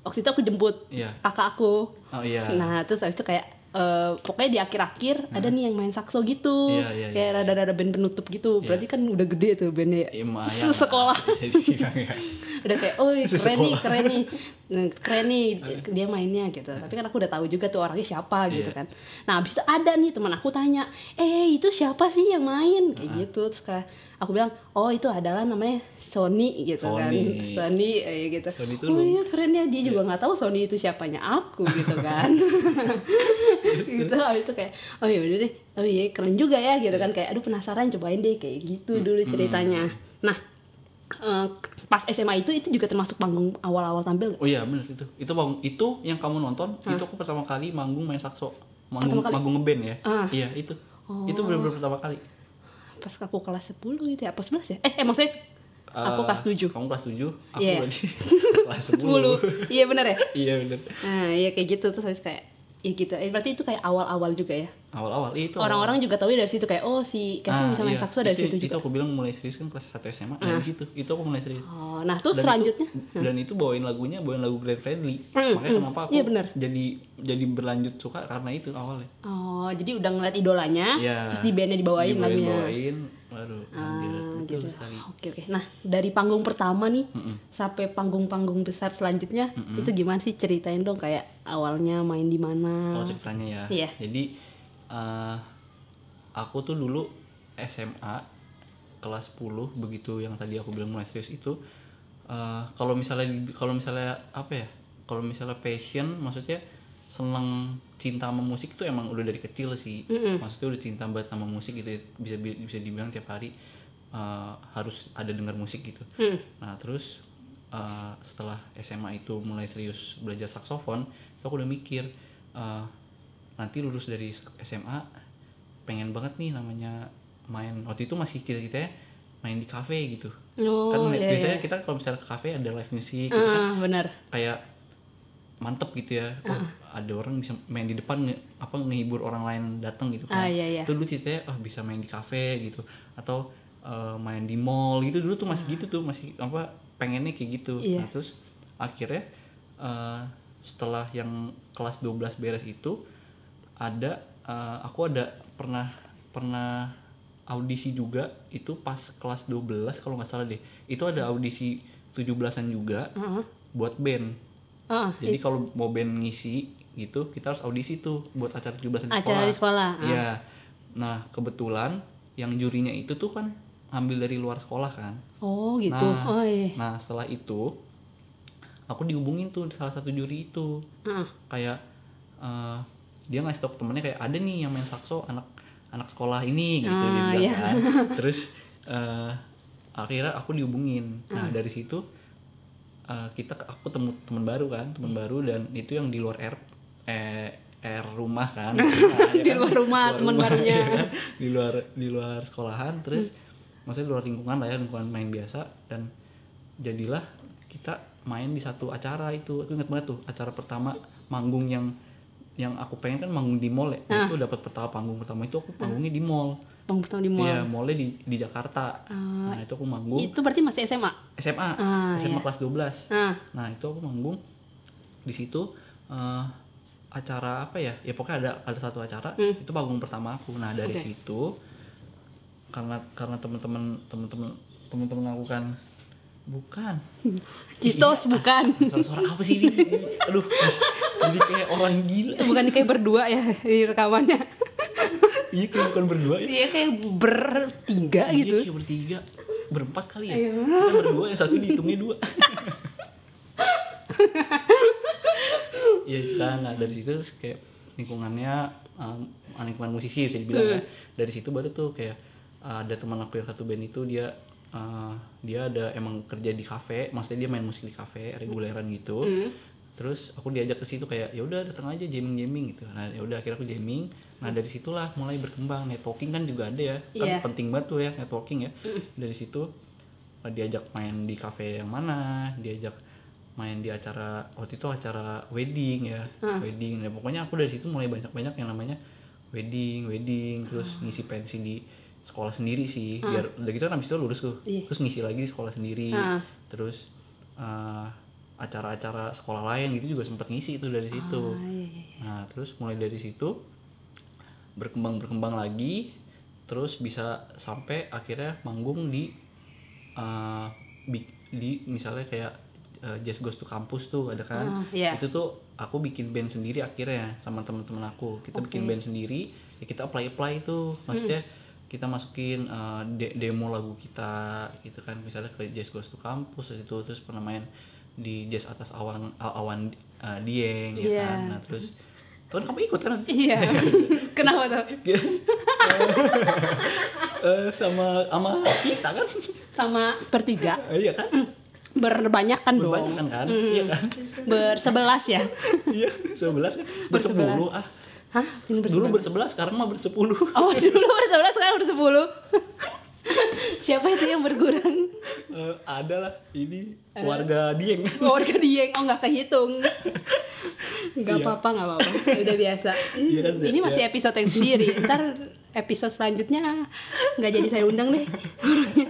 [SPEAKER 1] waktu itu aku jemput
[SPEAKER 2] Iya.
[SPEAKER 1] kakak aku.
[SPEAKER 2] Oh iya.
[SPEAKER 1] Nah, terus habis itu kayak eh, pokoknya di akhir-akhir ada nih yang main sakso gitu.
[SPEAKER 2] Hmm. Iya, iya,
[SPEAKER 1] kayak
[SPEAKER 2] iya,
[SPEAKER 1] rada-rada band penutup gitu.
[SPEAKER 2] Iya.
[SPEAKER 1] Berarti kan udah gede tuh bandnya.
[SPEAKER 2] Ya, lumayan lah.
[SPEAKER 1] <laughs> Sekolah.
[SPEAKER 2] Bisa dibilang ya.
[SPEAKER 1] Udah kayak, "Oh, keren nih,
[SPEAKER 2] Sekolah.
[SPEAKER 1] keren
[SPEAKER 2] <laughs>
[SPEAKER 1] nih." Nah, Keren nih dia mainnya gitu. Tapi kan aku udah tahu juga tuh orangnya siapa gitu
[SPEAKER 2] Iya.
[SPEAKER 1] kan. Nah, habis itu ada nih teman aku tanya, "Eh, itu siapa sih yang main?"
[SPEAKER 2] Ah.
[SPEAKER 1] kayak gitu. Terus kayak aku bilang, "Oh, itu adalah namanya Sony gitu kan."
[SPEAKER 2] Sony.
[SPEAKER 1] Sony eh, gitu.
[SPEAKER 2] Sony
[SPEAKER 1] oh
[SPEAKER 2] Tulung.
[SPEAKER 1] iya keren ya dia juga nggak tahu Sony itu siapanya aku
[SPEAKER 2] <laughs>
[SPEAKER 1] gitu kan. gitu habis itu kayak oh iya udah deh oh iya keren juga ya gitu kan kayak aduh penasaran cobain deh kayak
[SPEAKER 2] Hmm,
[SPEAKER 1] gitu dulu ceritanya nah eh, pas SMA itu itu juga termasuk panggung awal-awal tampil nggak?
[SPEAKER 2] Oh iya benar itu. Itu bang- itu yang kamu nonton
[SPEAKER 1] Hah?
[SPEAKER 2] itu aku pertama kali manggung main sakso. Manggung
[SPEAKER 1] Pertama kali?
[SPEAKER 2] manggung ngeband ya.
[SPEAKER 1] Ah.
[SPEAKER 2] Iya itu.
[SPEAKER 1] Oh.
[SPEAKER 2] Itu benar-benar pertama kali.
[SPEAKER 1] pas aku kelas 10 gitu ya apa 11 ya eh eh maksudnya aku
[SPEAKER 2] Eh,
[SPEAKER 1] kelas 7
[SPEAKER 2] Kamu kelas 7, aku
[SPEAKER 1] Iya. <laughs>
[SPEAKER 2] berarti kelas 10.
[SPEAKER 1] 10 <laughs> iya bener ya
[SPEAKER 2] iya benar.
[SPEAKER 1] nah iya kayak gitu terus habis kayak ya gitu eh, berarti itu kayak awal-awal juga ya
[SPEAKER 2] Awal-awal iya, itu.
[SPEAKER 1] orang-orang juga tahu dari situ kayak oh si Kevin bisa main sakso dari situ
[SPEAKER 2] Itu
[SPEAKER 1] juga
[SPEAKER 2] aku bilang mulai serius kan kelas 1 SMA dari
[SPEAKER 1] Ah.
[SPEAKER 2] situ. Itu aku mulai serius.
[SPEAKER 1] oh nah terus
[SPEAKER 2] Dan
[SPEAKER 1] selanjutnya
[SPEAKER 2] itu,
[SPEAKER 1] Hah.
[SPEAKER 2] dan itu bawain lagunya bawain lagu Grand Friendly
[SPEAKER 1] Mm,
[SPEAKER 2] makanya
[SPEAKER 1] mm.
[SPEAKER 2] kenapa aku
[SPEAKER 1] Iya, benar.
[SPEAKER 2] jadi jadi berlanjut suka karena itu awalnya
[SPEAKER 1] Oh, jadi udah ngeliat idolanya,
[SPEAKER 2] Iya.
[SPEAKER 1] terus di bandnya dibawain lagunya.
[SPEAKER 2] bawain baru lanjut
[SPEAKER 1] Ah,
[SPEAKER 2] betul
[SPEAKER 1] gitu.
[SPEAKER 2] sekali
[SPEAKER 1] Oke oke. Nah, dari panggung pertama nih
[SPEAKER 2] Mm-mm.
[SPEAKER 1] sampai panggung-panggung besar selanjutnya,
[SPEAKER 2] Mm-mm.
[SPEAKER 1] itu gimana sih ceritain dong kayak awalnya main di mana?
[SPEAKER 2] Oh ceritanya ya.
[SPEAKER 1] Iya.
[SPEAKER 2] Jadi eh, aku tuh dulu SMA kelas 10 begitu yang tadi aku bilang mulai serius itu eh, kalau misalnya di- kalau misalnya apa ya? Kalau misalnya passion maksudnya seneng cinta sama musik itu emang udah dari kecil sih.
[SPEAKER 1] Mm-mm.
[SPEAKER 2] Maksudnya udah cinta banget sama musik gitu ya. bisa bi- bisa dibilang tiap hari eh, harus ada dengar musik gitu.
[SPEAKER 1] Hmm.
[SPEAKER 2] Nah terus eh, setelah SMA itu mulai serius belajar saksofon, itu aku udah mikir eh, nanti lulus dari SMA pengen banget nih namanya main waktu itu masih kita kita main di kafe gitu.
[SPEAKER 1] Oh,
[SPEAKER 2] kan
[SPEAKER 1] iya,
[SPEAKER 2] biasanya
[SPEAKER 1] iya.
[SPEAKER 2] kita kalau misalnya ke kafe ada live music, gitu
[SPEAKER 1] Ah,
[SPEAKER 2] kan
[SPEAKER 1] benar.
[SPEAKER 2] kayak mantep gitu ya. Oh, ada orang bisa main di depan nge- apa ngehibur orang lain datang gitu
[SPEAKER 1] Ah,
[SPEAKER 2] kan.
[SPEAKER 1] iya, iya.
[SPEAKER 2] Itu dulu ceritanya oh, bisa main di kafe gitu atau eh, main di mall gitu dulu tuh masih gitu tuh masih apa pengennya kayak gitu.
[SPEAKER 1] Ah. Iya.
[SPEAKER 2] Nah, terus akhirnya eh, setelah yang kelas 12 beres itu ada eh, aku ada pernah pernah audisi juga itu pas kelas 12 kalau nggak salah deh itu ada audisi 17-an juga
[SPEAKER 1] Heeh.
[SPEAKER 2] buat band
[SPEAKER 1] Heeh,
[SPEAKER 2] jadi
[SPEAKER 1] i-
[SPEAKER 2] kalau mau band ngisi gitu kita harus audisi tuh buat acara 17-an di sekolah
[SPEAKER 1] acara di sekolah. Ah.
[SPEAKER 2] Iya. Nah, kebetulan yang jurinya itu tuh kan ambil dari luar sekolah kan.
[SPEAKER 1] Oh gitu.
[SPEAKER 2] Nah,
[SPEAKER 1] oh iya.
[SPEAKER 2] Nah, setelah itu aku dihubungin tuh salah satu juri itu
[SPEAKER 1] Heeh.
[SPEAKER 2] kayak eh, dia ngasih tau ke temennya kayak ada nih yang main sakso anak anak sekolah ini gitu
[SPEAKER 1] Ah,
[SPEAKER 2] dia bilang
[SPEAKER 1] iya. <laughs>
[SPEAKER 2] kan. Terus eh, akhirnya aku dihubungin.
[SPEAKER 1] Ah.
[SPEAKER 2] Nah, dari situ eh, kita aku temu teman baru kan, teman baru dan itu yang di luar R eh, R rumah kan.
[SPEAKER 1] <laughs>
[SPEAKER 2] Nah, ya
[SPEAKER 1] Di
[SPEAKER 2] kan?
[SPEAKER 1] luar rumah, teman barunya.
[SPEAKER 2] iya kan? Di luar di luar sekolahan terus maksudnya di luar lingkungan lah ya, lingkungan main biasa dan jadilah kita main di satu acara itu. Aku ingat banget tuh acara pertama manggung yang yang aku pengen kan manggung di mall ya. Nah,
[SPEAKER 1] Ah.
[SPEAKER 2] Itu dapat pertama panggung pertama itu aku panggungnya di mall.
[SPEAKER 1] Bang Butong di mall.
[SPEAKER 2] Iya, mallnya di di Jakarta.
[SPEAKER 1] Ah,
[SPEAKER 2] Nah, itu aku manggung
[SPEAKER 1] Itu berarti masih SMA.
[SPEAKER 2] SMA,
[SPEAKER 1] Ah, iya.
[SPEAKER 2] SMA kelas 12.
[SPEAKER 1] Ah,
[SPEAKER 2] Nah itu aku manggung di situ eh, acara apa ya? Ya pokoknya ada ada satu acara
[SPEAKER 1] Hmm.
[SPEAKER 2] itu panggung pertama aku. Nah dari
[SPEAKER 1] Oke.
[SPEAKER 2] situ karena karena teman-teman teman-teman teman-teman aku kan bukan
[SPEAKER 1] Citos
[SPEAKER 2] Iya, <laughs>
[SPEAKER 1] bukan.
[SPEAKER 2] ah, suara-suara apa sih ini? Aduh, jadi kayak orang gila.
[SPEAKER 1] Bukan kayak berdua ya di rekamannya.
[SPEAKER 2] Iya kayak bukan berdua ya.
[SPEAKER 1] Iya kayak bertiga
[SPEAKER 2] Iya,
[SPEAKER 1] gitu.
[SPEAKER 2] kayak bertiga, berempat kali ya.
[SPEAKER 1] Ayo.
[SPEAKER 2] Kita berdua yang satu dihitungnya
[SPEAKER 1] <laughs>
[SPEAKER 2] dua. Iya kan, nah dari situ terus kayak lingkungannya um, lingkungan musisi bisa dibilang
[SPEAKER 1] Hmm.
[SPEAKER 2] ya. Dari situ baru tuh kayak uh, ada teman aku yang satu band itu dia uh, dia ada emang kerja di kafe, maksudnya dia main musik di kafe reguleran gitu
[SPEAKER 1] Hmm.
[SPEAKER 2] terus aku diajak ke situ kayak ya udah datang aja jamming jamming gitu nah ya udah akhirnya aku jamming nah dari situlah mulai berkembang networking kan juga ada ya kan
[SPEAKER 1] Iya.
[SPEAKER 2] penting banget tuh ya networking ya dari situ eh, diajak main di kafe yang mana diajak main di acara waktu itu acara wedding ya
[SPEAKER 1] Hmm.
[SPEAKER 2] wedding nah pokoknya aku dari situ mulai banyak banyak yang namanya wedding wedding terus
[SPEAKER 1] Ah.
[SPEAKER 2] ngisi pensi di sekolah sendiri sih biar udah gitu kan abis itu lulus tuh
[SPEAKER 1] Iya.
[SPEAKER 2] terus ngisi lagi di sekolah sendiri
[SPEAKER 1] Ah.
[SPEAKER 2] terus eh, acara-acara sekolah lain gitu juga sempat ngisi itu dari situ
[SPEAKER 1] Ah, iya, iya, iya.
[SPEAKER 2] nah terus mulai dari situ berkembang berkembang lagi terus bisa sampai akhirnya manggung di eh, bi- di misalnya kayak eh, Just Goes to Campus tuh ada kan
[SPEAKER 1] Ah, iya.
[SPEAKER 2] itu tuh aku bikin band sendiri akhirnya sama teman-teman aku kita bikin band sendiri ya kita apply apply tuh maksudnya
[SPEAKER 1] Hmm.
[SPEAKER 2] kita masukin eh, de- demo lagu kita gitu kan misalnya ke Jazz Goes to Campus terus itu terus pernah main di Jazz atas awan A- awan eh, Dieng ya
[SPEAKER 1] Iya.
[SPEAKER 2] kan nah terus tuh kamu ikut
[SPEAKER 1] <laughs>
[SPEAKER 2] kan
[SPEAKER 1] Iya. Kenapa tuh?
[SPEAKER 2] Iya. Eh, sama sama kita kan
[SPEAKER 1] Sama bertiga.
[SPEAKER 2] Eh, iya kan
[SPEAKER 1] Berbanyakan Mm, dong.
[SPEAKER 2] berbanyakan kan
[SPEAKER 1] Mm.
[SPEAKER 2] iya kan
[SPEAKER 1] Bersebelas ya.
[SPEAKER 2] iya sebelas kan bersepuluh ah
[SPEAKER 1] Hah? Ini bersebelas?
[SPEAKER 2] dulu bersebelas sekarang mah
[SPEAKER 1] <laughs>
[SPEAKER 2] bersepuluh
[SPEAKER 1] Oh dulu bersebelas sekarang bersepuluh. <laughs> Siapa itu yang berkurang?
[SPEAKER 2] Eh, ada lah ini
[SPEAKER 1] Eh.
[SPEAKER 2] warga Dieng
[SPEAKER 1] Keluarga dia oh nggak kehitung. Nggak
[SPEAKER 2] Iya.
[SPEAKER 1] apa-apa nggak apa-apa
[SPEAKER 2] <laughs>
[SPEAKER 1] udah biasa. Hmm,
[SPEAKER 2] Iya kan, ya,
[SPEAKER 1] ini masih
[SPEAKER 2] ya.
[SPEAKER 1] episode yang sendiri. Ntar episode selanjutnya nggak jadi saya undang deh.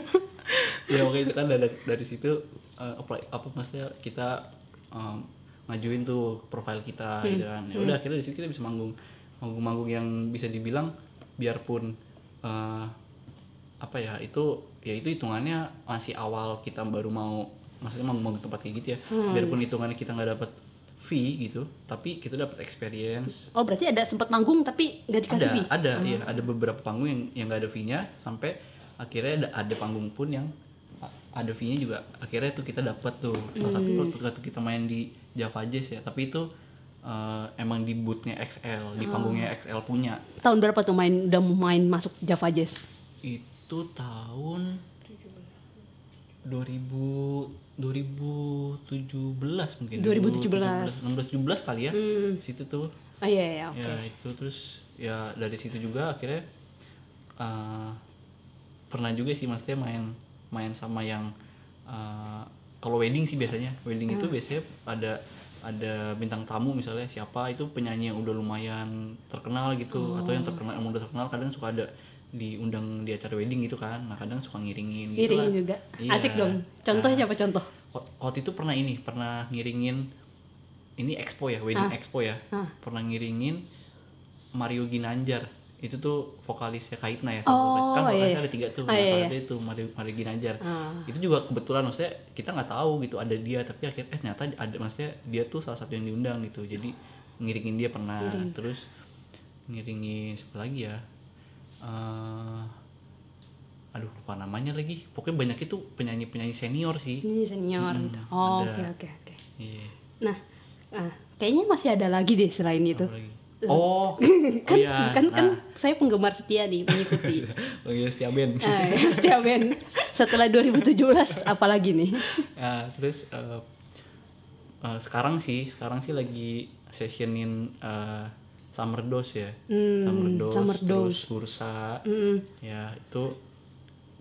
[SPEAKER 2] <laughs> ya oke itu kan dari, dari situ eh, apply- apa maksudnya kita em, ngajuin tuh profile kita gitu kan ya udah akhirnya di situ kita bisa manggung manggung-manggung yang bisa dibilang biarpun eh, apa ya itu ya itu hitungannya masih awal kita baru mau maksudnya mau manggung tempat kayak gitu ya biarpun hitungannya kita nggak dapat fee gitu tapi kita dapat experience
[SPEAKER 1] Oh berarti ada sempat manggung tapi nggak dikasih
[SPEAKER 2] ada
[SPEAKER 1] fee.
[SPEAKER 2] ada iya ada beberapa panggung yang yang nggak ada fee-nya sampai akhirnya ada ada panggung pun yang a- ada fee-nya juga akhirnya tuh kita dapat tuh salah satu waktu- waktu kita main di Java Jazz ya tapi itu eh, emang di bootnya XL di panggungnya XL punya
[SPEAKER 1] Tahun berapa tuh main udah main masuk Java Jazz?
[SPEAKER 2] itu tahun 2000 2017
[SPEAKER 1] 2017.
[SPEAKER 2] mungkin 16 17 kali ya
[SPEAKER 1] Hmm.
[SPEAKER 2] situ tuh
[SPEAKER 1] Oh iya iya oke.
[SPEAKER 2] ya itu terus ya dari situ juga akhirnya eh, pernah juga sih maksudnya main main sama yang eh, kalau wedding sih biasanya wedding
[SPEAKER 1] Hmm.
[SPEAKER 2] itu biasanya ada ada bintang tamu misalnya siapa itu penyanyi yang udah lumayan terkenal gitu atau
[SPEAKER 1] Hmm.
[SPEAKER 2] yang terkenal yang udah terkenal kadang suka ada diundang di acara wedding gitu kan nah kadang suka ngiringin gitu
[SPEAKER 1] Iringin
[SPEAKER 2] lah.
[SPEAKER 1] juga.
[SPEAKER 2] Iya.
[SPEAKER 1] Asik dong. Contoh
[SPEAKER 2] Nah,
[SPEAKER 1] siapa contoh?
[SPEAKER 2] waktu itu pernah ini pernah ngiringin ini expo ya wedding
[SPEAKER 1] Ah.
[SPEAKER 2] expo ya
[SPEAKER 1] Ah.
[SPEAKER 2] pernah ngiringin Mario Ginanjar itu tuh vokalisnya Kaitna ya
[SPEAKER 1] Oh,
[SPEAKER 2] kan vokalisnya
[SPEAKER 1] iya.
[SPEAKER 2] ada tiga tuh
[SPEAKER 1] Oh, iya,
[SPEAKER 2] salah
[SPEAKER 1] iya.
[SPEAKER 2] satunya itu Mario, Mario Ginanjar
[SPEAKER 1] Ah.
[SPEAKER 2] itu juga kebetulan maksudnya kita nggak tahu gitu ada dia tapi akhirnya eh, ternyata ada maksudnya dia tuh salah satu yang diundang gitu jadi ngiringin dia pernah
[SPEAKER 1] Ngiring.
[SPEAKER 2] terus ngiringin siapa lagi ya Eh, aduh lupa namanya lagi pokoknya banyak itu penyanyi penyanyi senior sih
[SPEAKER 1] ini senior
[SPEAKER 2] Mm-mm,
[SPEAKER 1] gitu. Oh,
[SPEAKER 2] ada.
[SPEAKER 1] oke oke oke.
[SPEAKER 2] Iya,
[SPEAKER 1] Nah, ah, kayaknya masih ada lagi deh selain itu.
[SPEAKER 2] apa lagi? oh
[SPEAKER 1] Gitu. Eh. <laughs> Kan
[SPEAKER 2] iya,
[SPEAKER 1] kan kan
[SPEAKER 2] nah.
[SPEAKER 1] saya penggemar setia nih mengikuti.
[SPEAKER 2] <laughs> Oh iya, setiap band.
[SPEAKER 1] Ah,
[SPEAKER 2] <laughs>
[SPEAKER 1] ya, Tia Ben. Setelah 2017 apalagi nih?
[SPEAKER 2] Nah, terus eh, eh, sekarang sih, sekarang sih lagi sessionin eh, Summer Dose ya.
[SPEAKER 1] Hmm,
[SPEAKER 2] summer Dose,
[SPEAKER 1] Summer Dose.
[SPEAKER 2] terus Bursa.
[SPEAKER 1] Mm,
[SPEAKER 2] Ya, itu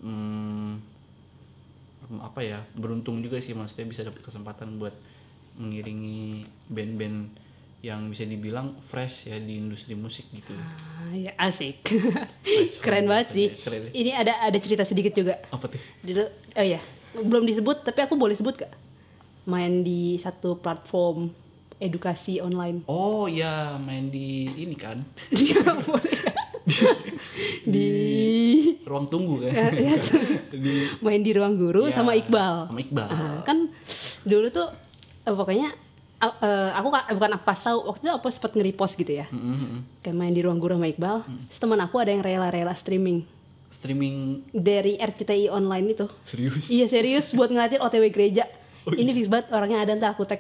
[SPEAKER 2] mm, mm, apa ya? Beruntung juga sih maksudnya bisa dapat kesempatan buat mengiringi band-band yang bisa dibilang fresh ya di industri musik gitu.
[SPEAKER 1] ah, <laughs> ya, asik. <laughs>
[SPEAKER 2] Fresh
[SPEAKER 1] Keren banget
[SPEAKER 2] banget,
[SPEAKER 1] sih.
[SPEAKER 2] keren ya.
[SPEAKER 1] Ini ada ada cerita sedikit juga.
[SPEAKER 2] Apa tuh?
[SPEAKER 1] Dulu oh ya, belum disebut tapi aku boleh sebut gak? Main di satu platform edukasi online.
[SPEAKER 2] Oh ya main di ini
[SPEAKER 1] <laughs>
[SPEAKER 2] kan
[SPEAKER 1] Dia boleh.
[SPEAKER 2] Hmm.
[SPEAKER 1] di
[SPEAKER 2] ruang tunggu kan?
[SPEAKER 1] Ya, ya.
[SPEAKER 2] <laughs> di
[SPEAKER 1] main di ruang guru
[SPEAKER 2] Ya,
[SPEAKER 1] sama Iqbal.
[SPEAKER 2] sama Iqbal.
[SPEAKER 1] Ah, kan dulu tuh eh, pokoknya a- eh, aku ka- bukan apa tahu waktu itu aku sempat nge-repost gitu ya.
[SPEAKER 2] Mm, mm, mm.
[SPEAKER 1] Kayak main di ruang guru sama Iqbal.
[SPEAKER 2] Hmm.
[SPEAKER 1] Terus teman aku ada yang rela-rela streaming
[SPEAKER 2] streaming
[SPEAKER 1] dari RCTI online itu.
[SPEAKER 2] serius
[SPEAKER 1] Iya serius buat ngeliatin OTW gereja.
[SPEAKER 2] Oh,
[SPEAKER 1] Ini fix banget orangnya ada ntar aku tag.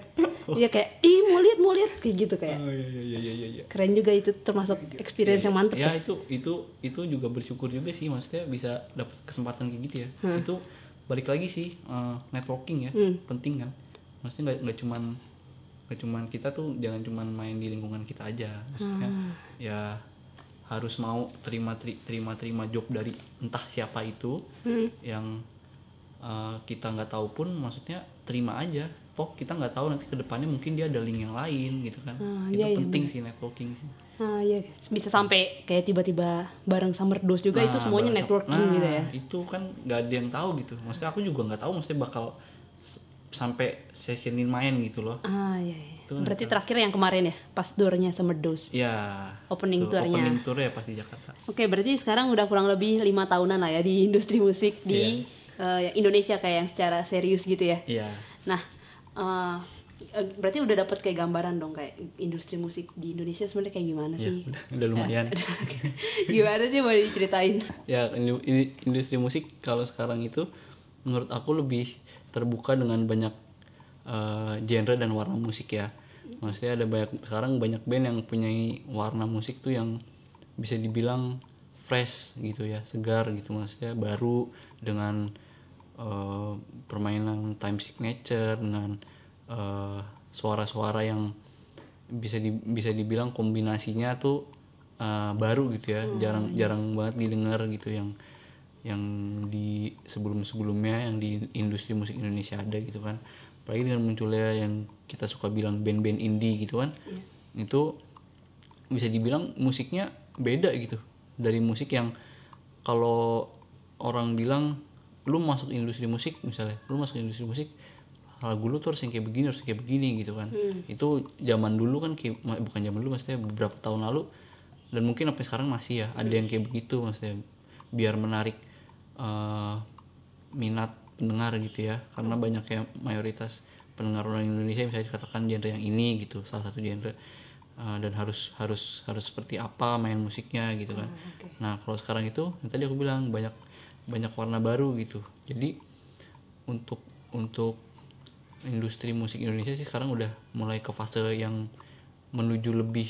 [SPEAKER 1] Dia kayak ih mau lihat mau lihat kayak gitu kayak.
[SPEAKER 2] oh iya iya iya iya iya, iya
[SPEAKER 1] Keren juga itu termasuk experience yang mantep
[SPEAKER 2] ya
[SPEAKER 1] ya.
[SPEAKER 2] itu itu itu juga bersyukur juga sih maksudnya bisa dapat kesempatan kayak gitu ya
[SPEAKER 1] Hmm.
[SPEAKER 2] itu balik lagi sih eh, networking ya
[SPEAKER 1] Hmm.
[SPEAKER 2] penting kan maksudnya nggak nggak cuman nggak cuman kita tuh jangan cuman main di lingkungan kita aja maksudnya
[SPEAKER 1] Hmm.
[SPEAKER 2] ya harus mau terima teri- terima terima job dari entah siapa itu
[SPEAKER 1] Hmm.
[SPEAKER 2] yang uh, kita nggak tahu pun maksudnya terima aja toh kita nggak tahu nanti kedepannya mungkin dia ada link yang lain gitu kan
[SPEAKER 1] Ah,
[SPEAKER 2] itu
[SPEAKER 1] iya, iya,
[SPEAKER 2] penting
[SPEAKER 1] bener.
[SPEAKER 2] sih networking sih.
[SPEAKER 1] Ah iya, bisa sampai kayak tiba-tiba bareng summer dose juga itu
[SPEAKER 2] Nah,
[SPEAKER 1] semuanya
[SPEAKER 2] baru-
[SPEAKER 1] networking
[SPEAKER 2] nah,
[SPEAKER 1] gitu ya.
[SPEAKER 2] itu kan nggak ada yang tahu gitu maksudnya aku juga nggak tahu maksudnya bakal s- sampai sessionin main gitu loh
[SPEAKER 1] Ah iya. iya.
[SPEAKER 2] Itu
[SPEAKER 1] Berarti
[SPEAKER 2] network.
[SPEAKER 1] terakhir yang kemarin ya, pas doornya summer dose.
[SPEAKER 2] ya
[SPEAKER 1] Opening
[SPEAKER 2] betul.
[SPEAKER 1] tour-nya.
[SPEAKER 2] opening tour ya pasti Jakarta
[SPEAKER 1] Oke, berarti sekarang udah kurang lebih lima tahunan lah ya di industri musik di eh, Indonesia kayak yang secara serius gitu ya.
[SPEAKER 2] iya
[SPEAKER 1] Nah, eh, eh, berarti udah dapat kayak gambaran dong kayak industri musik di Indonesia sebenarnya kayak gimana
[SPEAKER 2] ya,
[SPEAKER 1] Iya sih?
[SPEAKER 2] udah, udah lumayan
[SPEAKER 1] <laughs> gimana sih boleh diceritain?
[SPEAKER 2] ya ini- ini industri musik kalau sekarang itu menurut aku lebih terbuka dengan banyak eh, genre dan warna musik ya maksudnya ada banyak sekarang banyak band yang punya warna musik tuh yang bisa dibilang fresh gitu ya segar gitu maksudnya baru dengan eh, permainan time signature dengan eh, suara-suara yang bisa di- bisa dibilang kombinasinya tuh uh, baru gitu ya jarang jarang banget didengar gitu yang yang di sebelum sebelumnya yang di industri musik Indonesia ada gitu kan apalagi dengan munculnya yang kita suka bilang band-band indie gitu kan itu bisa dibilang musiknya beda gitu dari musik yang kalau orang bilang lu masuk industri musik misalnya lu masuk industri musik lagu lu tuh harus yang kayak begini harus yang kayak begini gitu kan itu zaman dulu kan kayak- ma- bukan zaman dulu maksudnya beberapa tahun lalu dan mungkin sampai sekarang masih ya ada yang kayak begitu maksudnya biar menarik eh, minat pendengar gitu ya karena banyak yang mayoritas pendengar orang Indonesia misalnya dikatakan genre yang ini gitu salah satu genre Uh, dan harus harus harus seperti apa main musiknya gitu kan. Nah kalau sekarang itu yang tadi aku bilang banyak banyak warna baru gitu. Jadi untuk untuk industri musik Indonesia sih sekarang udah mulai ke fase yang menuju lebih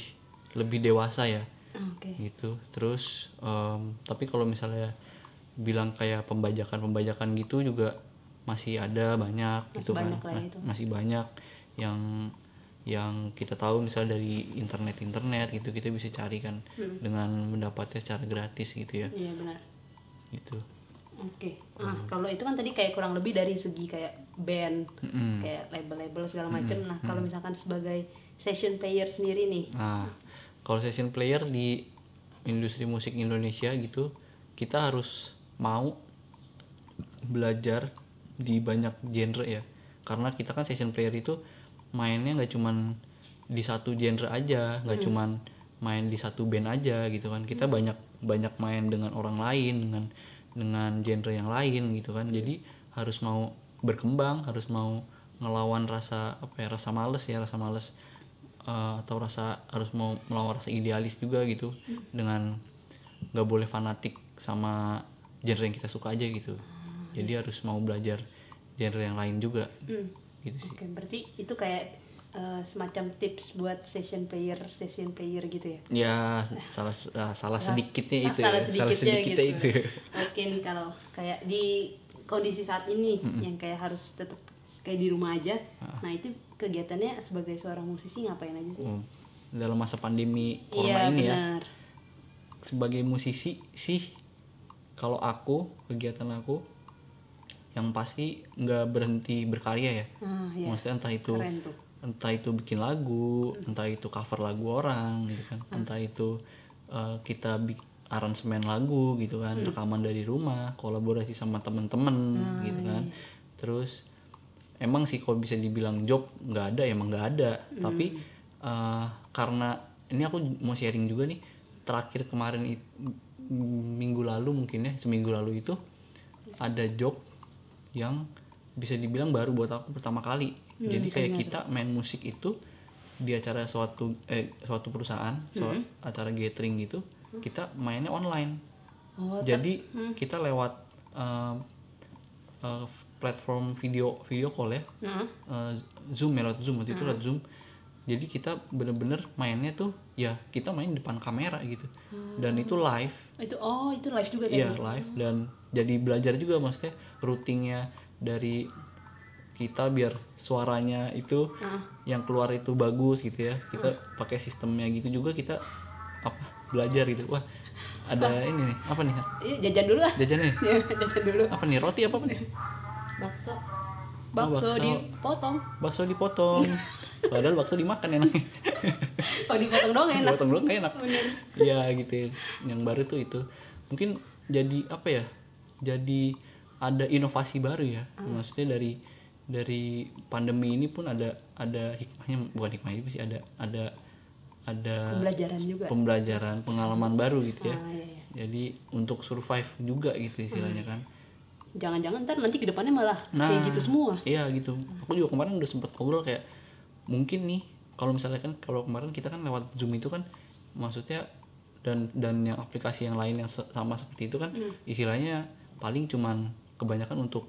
[SPEAKER 2] lebih dewasa ya
[SPEAKER 1] Oke.
[SPEAKER 2] gitu. Terus em, tapi kalau misalnya bilang kayak pembajakan-pembajakan gitu juga masih ada banyak
[SPEAKER 1] Masih
[SPEAKER 2] gitu
[SPEAKER 1] banyak
[SPEAKER 2] kan.
[SPEAKER 1] lah ya
[SPEAKER 2] Nah,
[SPEAKER 1] itu.
[SPEAKER 2] masih banyak yang yang kita tahu misal dari internet internet gitu kita bisa cari kan
[SPEAKER 1] Hmm.
[SPEAKER 2] dengan mendapatnya secara gratis gitu ya
[SPEAKER 1] Iya benar.
[SPEAKER 2] gitu
[SPEAKER 1] Oke. Ah, kalau itu kan tadi kayak kurang lebih dari segi kayak band,
[SPEAKER 2] Mm-mm.
[SPEAKER 1] kayak label-label segala macam. Nah, kalau misalkan sebagai session player sendiri nih.
[SPEAKER 2] Nah, kalau session player di industri musik Indonesia gitu, kita harus mau belajar di banyak genre ya. Karena kita kan session player itu mainnya nggak cuman di satu genre aja, nggak cuman main di satu band aja gitu kan kita banyak banyak main dengan orang lain dengan dengan genre yang lain gitu kan jadi harus mau berkembang harus mau ngelawan rasa apa ya rasa males ya rasa males eh, atau rasa harus mau melawan rasa idealis juga gitu dengan nggak boleh fanatik sama genre yang kita suka aja gitu jadi harus mau belajar genre yang lain juga
[SPEAKER 1] Hmm.
[SPEAKER 2] gitu sih
[SPEAKER 1] Oke, berarti itu kayak eh, semacam tips buat session player, session player gitu ya?
[SPEAKER 2] ya salah ah, salah sedikitnya itu ya.
[SPEAKER 1] salah sedikitnya, gitu.
[SPEAKER 2] itu ya.
[SPEAKER 1] Mungkin kalau kayak di kondisi saat ini yang kayak harus tetap kayak di rumah aja.
[SPEAKER 2] Ah.
[SPEAKER 1] Nah, itu kegiatannya sebagai seorang musisi ngapain aja sih?
[SPEAKER 2] Hmm. dalam masa pandemi
[SPEAKER 1] iya,
[SPEAKER 2] corona ini ya
[SPEAKER 1] benar.
[SPEAKER 2] sebagai musisi sih kalau aku kegiatan aku yang pasti nggak berhenti berkarya ya
[SPEAKER 1] Ah, iya.
[SPEAKER 2] maksudnya entah itu
[SPEAKER 1] Keren tuh.
[SPEAKER 2] entah itu bikin lagu entah itu cover lagu orang gitu kan entah itu eh, kita bikin aransemen lagu gitu kan rekaman dari rumah kolaborasi sama temen-temen
[SPEAKER 1] Ah,
[SPEAKER 2] gitu kan terus emang sih kalau bisa dibilang job nggak ada emang nggak ada tapi eh, karena ini aku mau sharing juga nih terakhir kemarin it- m- minggu lalu mungkin ya seminggu lalu itu ada job yang bisa dibilang baru buat aku pertama kali
[SPEAKER 1] Hmm,
[SPEAKER 2] jadi kayak
[SPEAKER 1] benar.
[SPEAKER 2] kita main musik itu di acara suatu eh suatu perusahaan suat- acara gathering gitu kita mainnya online
[SPEAKER 1] Oh,
[SPEAKER 2] jadi kita lewat eh, eh, platform video video call ya
[SPEAKER 1] nah,
[SPEAKER 2] eh, zoom ya lewat zoom waktu itu lewat zoom jadi kita bener-bener mainnya tuh ya kita main depan kamera gitu dan itu live
[SPEAKER 1] itu oh, itu live juga tadi.
[SPEAKER 2] iya live dan jadi belajar juga maksudnya routingnya dari kita biar suaranya itu
[SPEAKER 1] Ah.
[SPEAKER 2] yang keluar itu bagus gitu ya kita
[SPEAKER 1] Hmm.
[SPEAKER 2] pakai sistemnya gitu juga kita apa belajar gitu wah ada
[SPEAKER 1] <laughs>
[SPEAKER 2] ini nih apa nih
[SPEAKER 1] Yuk, jajan dulu ah.
[SPEAKER 2] jajan nih
[SPEAKER 1] Ya, <laughs> jajan dulu.
[SPEAKER 2] apa nih roti apa nih
[SPEAKER 3] bakso
[SPEAKER 1] Bakso,
[SPEAKER 2] Oh, bakso.
[SPEAKER 1] dipotong.
[SPEAKER 2] bakso dipotong
[SPEAKER 1] Iya.
[SPEAKER 2] padahal bakso dimakan enaknya
[SPEAKER 1] Oh, dipotong doang enak.
[SPEAKER 2] potong doang kayak enak
[SPEAKER 1] Bener.
[SPEAKER 2] ya gitu ya. yang baru tuh itu mungkin jadi apa ya jadi ada inovasi baru ya
[SPEAKER 1] Ah.
[SPEAKER 2] maksudnya dari dari pandemi ini pun ada ada hikmahnya bukan hikmah juga sih ada ada ada
[SPEAKER 1] Pembelajaran juga.
[SPEAKER 2] pembelajaran pengalaman baru gitu ya
[SPEAKER 1] Ah, iya, iya.
[SPEAKER 2] jadi untuk survive juga gitu istilahnya kan
[SPEAKER 1] Jangan-jangan ntar nanti ke depannya malah
[SPEAKER 2] Nah.
[SPEAKER 1] kayak gitu semua.
[SPEAKER 2] Iya gitu. Aku juga kemarin udah sempet ngobrol kayak mungkin nih kalau misalnya kan kalau kemarin kita kan lewat Zoom itu kan maksudnya dan dan yang aplikasi yang lain yang se- sama seperti itu kan
[SPEAKER 1] Hmm.
[SPEAKER 2] istilahnya paling cuman kebanyakan untuk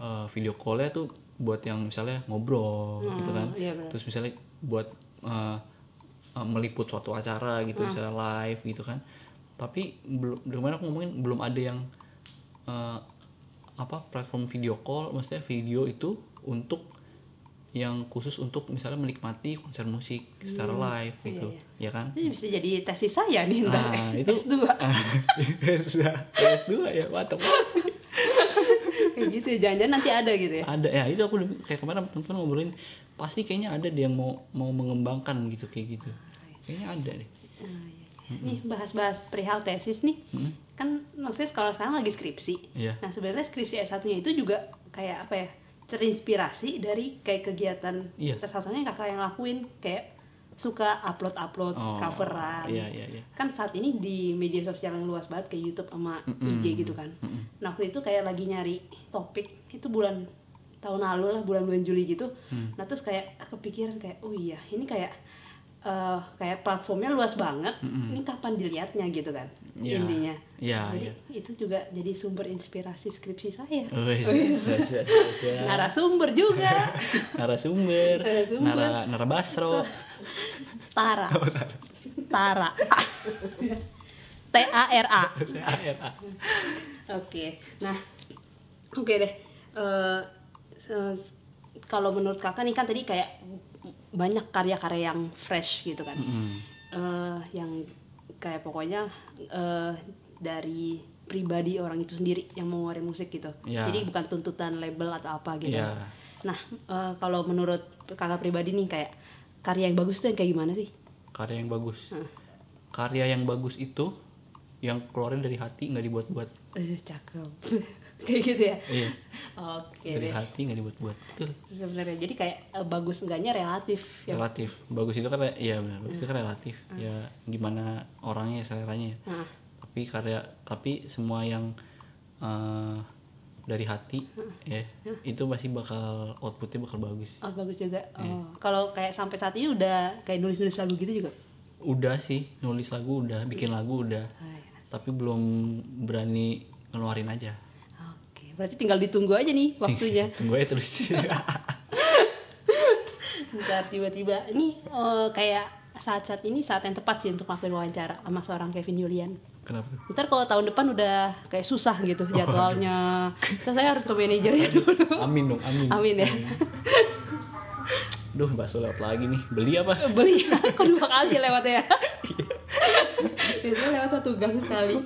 [SPEAKER 2] eh, video call-nya tuh buat yang misalnya ngobrol
[SPEAKER 1] Hmm,
[SPEAKER 2] gitu kan.
[SPEAKER 1] iya benar.
[SPEAKER 2] Terus misalnya buat eh, eh, meliput suatu acara gitu
[SPEAKER 1] Hmm.
[SPEAKER 2] misalnya live gitu kan. Tapi belum kemarin aku ngomongin belum ada yang eh, apa platform video call maksudnya video itu untuk yang khusus untuk misalnya menikmati konser musik secara live gitu
[SPEAKER 1] iya,
[SPEAKER 2] ya kan
[SPEAKER 1] Ini bisa jadi tesis saya nih ntar. <laughs>
[SPEAKER 2] Ah, itu-
[SPEAKER 1] S2.
[SPEAKER 2] <laughs> sudah PS2 ya mantap
[SPEAKER 1] kayak gitu ya. Jangan-jangan nanti ada gitu ya.
[SPEAKER 2] ada ya itu aku udah- kayak kemarin sama teman-teman ngobrolin pasti kayaknya ada deh yang mau mau mengembangkan gitu kayak gitu kayaknya ada deh
[SPEAKER 1] Ah, iya. Nih bahas-bahas perihal tesis nih.
[SPEAKER 2] Mm-mm.
[SPEAKER 1] Kan maksudnya kalau sekarang lagi skripsi.
[SPEAKER 2] Iya.
[SPEAKER 1] Nah, sebenarnya skripsi S1-nya itu juga kayak apa ya? Terinspirasi dari kayak kegiatan
[SPEAKER 2] Iya.
[SPEAKER 1] salah satunya kakak yang lakuin kayak suka upload-upload
[SPEAKER 2] Oh,
[SPEAKER 1] coveran.
[SPEAKER 2] iya iya iya
[SPEAKER 1] Kan saat ini di media sosial yang luas banget kayak YouTube sama
[SPEAKER 2] Mm-mm.
[SPEAKER 1] IG gitu kan.
[SPEAKER 2] Mm-mm.
[SPEAKER 1] Nah waktu itu kayak lagi nyari topik itu bulan tahun lalu lah bulan-bulan Juli gitu.
[SPEAKER 2] Hmm.
[SPEAKER 1] Nah terus kayak kepikiran kayak oh iya ini kayak eh, kayak platformnya luas banget.
[SPEAKER 2] Mm-mm.
[SPEAKER 1] Ini kapan dilihatnya gitu kan
[SPEAKER 2] Iya.
[SPEAKER 1] intinya.
[SPEAKER 2] Iya,
[SPEAKER 1] jadi
[SPEAKER 2] iya.
[SPEAKER 1] itu juga jadi sumber inspirasi skripsi saya.
[SPEAKER 2] Wes, <laughs> wes, wes, wes.
[SPEAKER 1] Narasumber
[SPEAKER 2] <laughs>
[SPEAKER 1] juga
[SPEAKER 2] narasumber
[SPEAKER 1] Narasumber.
[SPEAKER 2] nara narabasro
[SPEAKER 1] Tara.
[SPEAKER 2] <laughs>
[SPEAKER 1] Tara. T A R A. Oke, nah, oke deh. Eh, se- kalau menurut kakak nih kan tadi kayak banyak karya-karya yang fresh gitu kan,
[SPEAKER 2] Mm-mm.
[SPEAKER 1] Eh, yang kayak pokoknya eh, dari pribadi orang itu sendiri yang mau ngeluarin musik gitu.
[SPEAKER 2] Iya.
[SPEAKER 1] Jadi bukan tuntutan label atau apa gitu.
[SPEAKER 2] Iya.
[SPEAKER 1] Nah, eh, kalau menurut kakak pribadi nih kayak karya yang bagus tuh yang kayak gimana sih?
[SPEAKER 2] karya yang bagus
[SPEAKER 1] Heeh.
[SPEAKER 2] karya yang bagus itu yang keluarnya dari hati nggak dibuat-buat
[SPEAKER 1] Eh, cakep <laughs> kayak gitu ya
[SPEAKER 2] iya
[SPEAKER 1] oke
[SPEAKER 2] dari
[SPEAKER 1] deh
[SPEAKER 2] hati nggak dibuat-buat betul
[SPEAKER 1] sebenarnya jadi kayak eh, bagus enggaknya relatif ya Pak?
[SPEAKER 2] relatif bagus itu kan ya benar bagus itu kan relatif ya gimana orangnya seleranya ya
[SPEAKER 1] Nah,
[SPEAKER 2] tapi karya tapi semua yang eh, dari hati ya itu pasti bakal outputnya bakal bagus
[SPEAKER 1] oh, bagus juga oh.
[SPEAKER 2] Iya.
[SPEAKER 1] kalau kayak sampai saat ini udah kayak nulis nulis lagu gitu juga
[SPEAKER 2] udah sih nulis lagu udah bikin lagu udah
[SPEAKER 1] Ah, ya.
[SPEAKER 2] tapi belum berani ngeluarin aja
[SPEAKER 1] oke berarti tinggal ditunggu aja nih
[SPEAKER 2] <laughs>
[SPEAKER 1] waktunya
[SPEAKER 2] tunggu aja terus
[SPEAKER 1] ntar tiba-tiba ini eh, kayak saat-saat ini saat yang tepat sih untuk ngelakuin wawancara sama seorang Kevin Julian
[SPEAKER 2] kenapa tuh
[SPEAKER 1] ntar kalau tahun depan udah kayak susah gitu jadwalnya terus saya harus ke manajernya dulu <laughs>
[SPEAKER 2] amin dong amin
[SPEAKER 1] amin ya
[SPEAKER 2] duh bakso lewat lagi nih beli apa
[SPEAKER 1] beli <laughs> kok dua kali lewat ya biasanya lewat satu gang sekali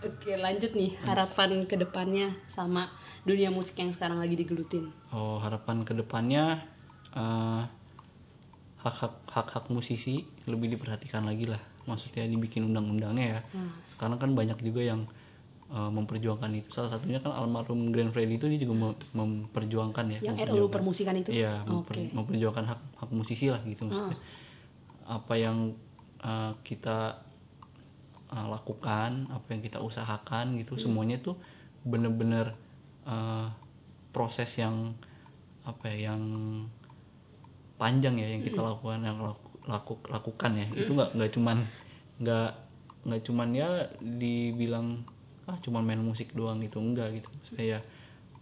[SPEAKER 1] oke lanjut nih harapan kedepannya sama dunia musik yang sekarang lagi digelutin
[SPEAKER 2] oh harapan kedepannya eh hak hak hak hak musisi lebih diperhatikan lagi lah maksudnya dibikin undang-undangnya ya
[SPEAKER 1] Hmm.
[SPEAKER 2] sekarang kan banyak juga yang eh, memperjuangkan itu salah satunya kan almarhum Grand Freddy itu dia juga mem- memperjuangkan ya
[SPEAKER 1] yang RUU
[SPEAKER 2] memperjuangkan.
[SPEAKER 1] permusikan itu oke Ah.
[SPEAKER 2] Iya, memper- memperjuangkan hak hak musisi lah gitu maksudnya. Apa yang uh, kita uh, lakukan, apa yang kita usahakan gitu,
[SPEAKER 1] Hmm.
[SPEAKER 2] semuanya tuh bener-bener uh, proses yang apa ya, yang panjang ya yang kita
[SPEAKER 1] Hmm.
[SPEAKER 2] lakukan, yang laku- laku- lakukan ya. Itu nggak nggak cuman nggak nggak cuman ya dibilang ah cuman main musik doang gitu enggak gitu maksudnya ya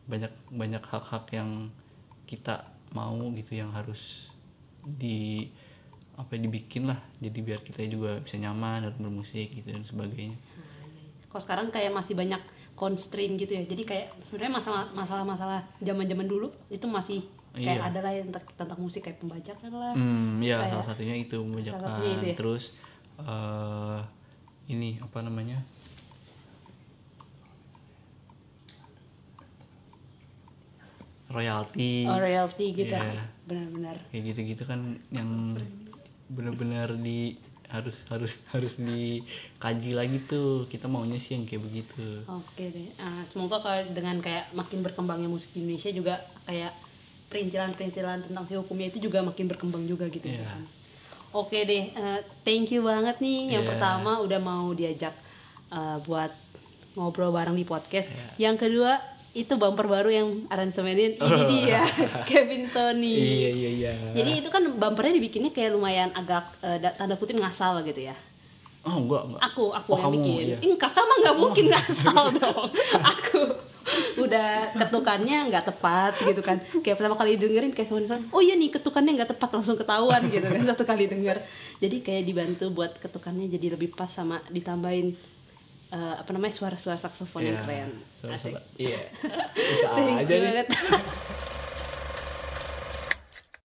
[SPEAKER 2] banyak banyak hak-hak yang kita mau gitu yang harus di apa ya, dibikin lah jadi biar kita juga bisa nyaman dalam bermusik gitu dan sebagainya
[SPEAKER 1] kalau sekarang kayak masih banyak constraint gitu ya jadi kayak sebenarnya masalah masalah masalah zaman zaman dulu itu masih kayak
[SPEAKER 2] Iya.
[SPEAKER 1] ada lah yang tentang, tentang musik kayak pembajakan lah
[SPEAKER 2] hmm ya
[SPEAKER 1] Kayak-
[SPEAKER 2] salah satunya itu
[SPEAKER 1] Iya, salah satunya itu
[SPEAKER 2] membajakan
[SPEAKER 1] ya.
[SPEAKER 2] terus eh ini apa namanya royalti
[SPEAKER 1] oh, royalty gitu
[SPEAKER 2] Hmm. Iya.
[SPEAKER 1] benar-benar
[SPEAKER 2] kayak gitu-gitu kan yang bener-bener di harus harus harus dikaji lagi tuh kita maunya sih yang kayak begitu
[SPEAKER 1] Oke deh. Ah, semoga kalau dengan kayak makin berkembangnya musik di Indonesia juga kayak perintilan-perintilan tentang si hukumnya itu juga makin berkembang juga gitu ya
[SPEAKER 2] Iya.
[SPEAKER 1] kan. Oke deh, eh, thank you banget nih yang
[SPEAKER 2] Iya.
[SPEAKER 1] pertama udah mau diajak eh, buat ngobrol bareng di podcast.
[SPEAKER 2] Iya. Oh.
[SPEAKER 1] Yang kedua itu bumper baru yang aransemenin ini dia <laughs> Kevin Tony.
[SPEAKER 2] iya iya
[SPEAKER 1] Jadi itu kan bumpernya dibikinnya kayak lumayan agak eh, da- tanda kutip ngasal gitu ya.
[SPEAKER 2] oh enggak enggak
[SPEAKER 1] Aku, aku
[SPEAKER 2] Oh,
[SPEAKER 1] yang
[SPEAKER 2] kamu,
[SPEAKER 1] bikin.
[SPEAKER 2] iya.
[SPEAKER 1] Ih, kakak mah nggak mungkin ngasal dong. <laughs> aku udah ketukannya nggak tepat gitu kan. Kayak pertama kali dengerin kayak sama oh iya nih ketukannya nggak tepat langsung ketahuan gitu kan <laughs> satu kali denger. Jadi kayak dibantu buat ketukannya jadi lebih pas sama ditambahin eh, apa namanya suara-suara saksofon yang
[SPEAKER 2] Iya.
[SPEAKER 1] keren. <laughs>
[SPEAKER 2] Sama-sama.
[SPEAKER 1] Asik.
[SPEAKER 2] iya bisa
[SPEAKER 1] Thank
[SPEAKER 2] aja
[SPEAKER 1] you
[SPEAKER 2] nih
[SPEAKER 1] banget.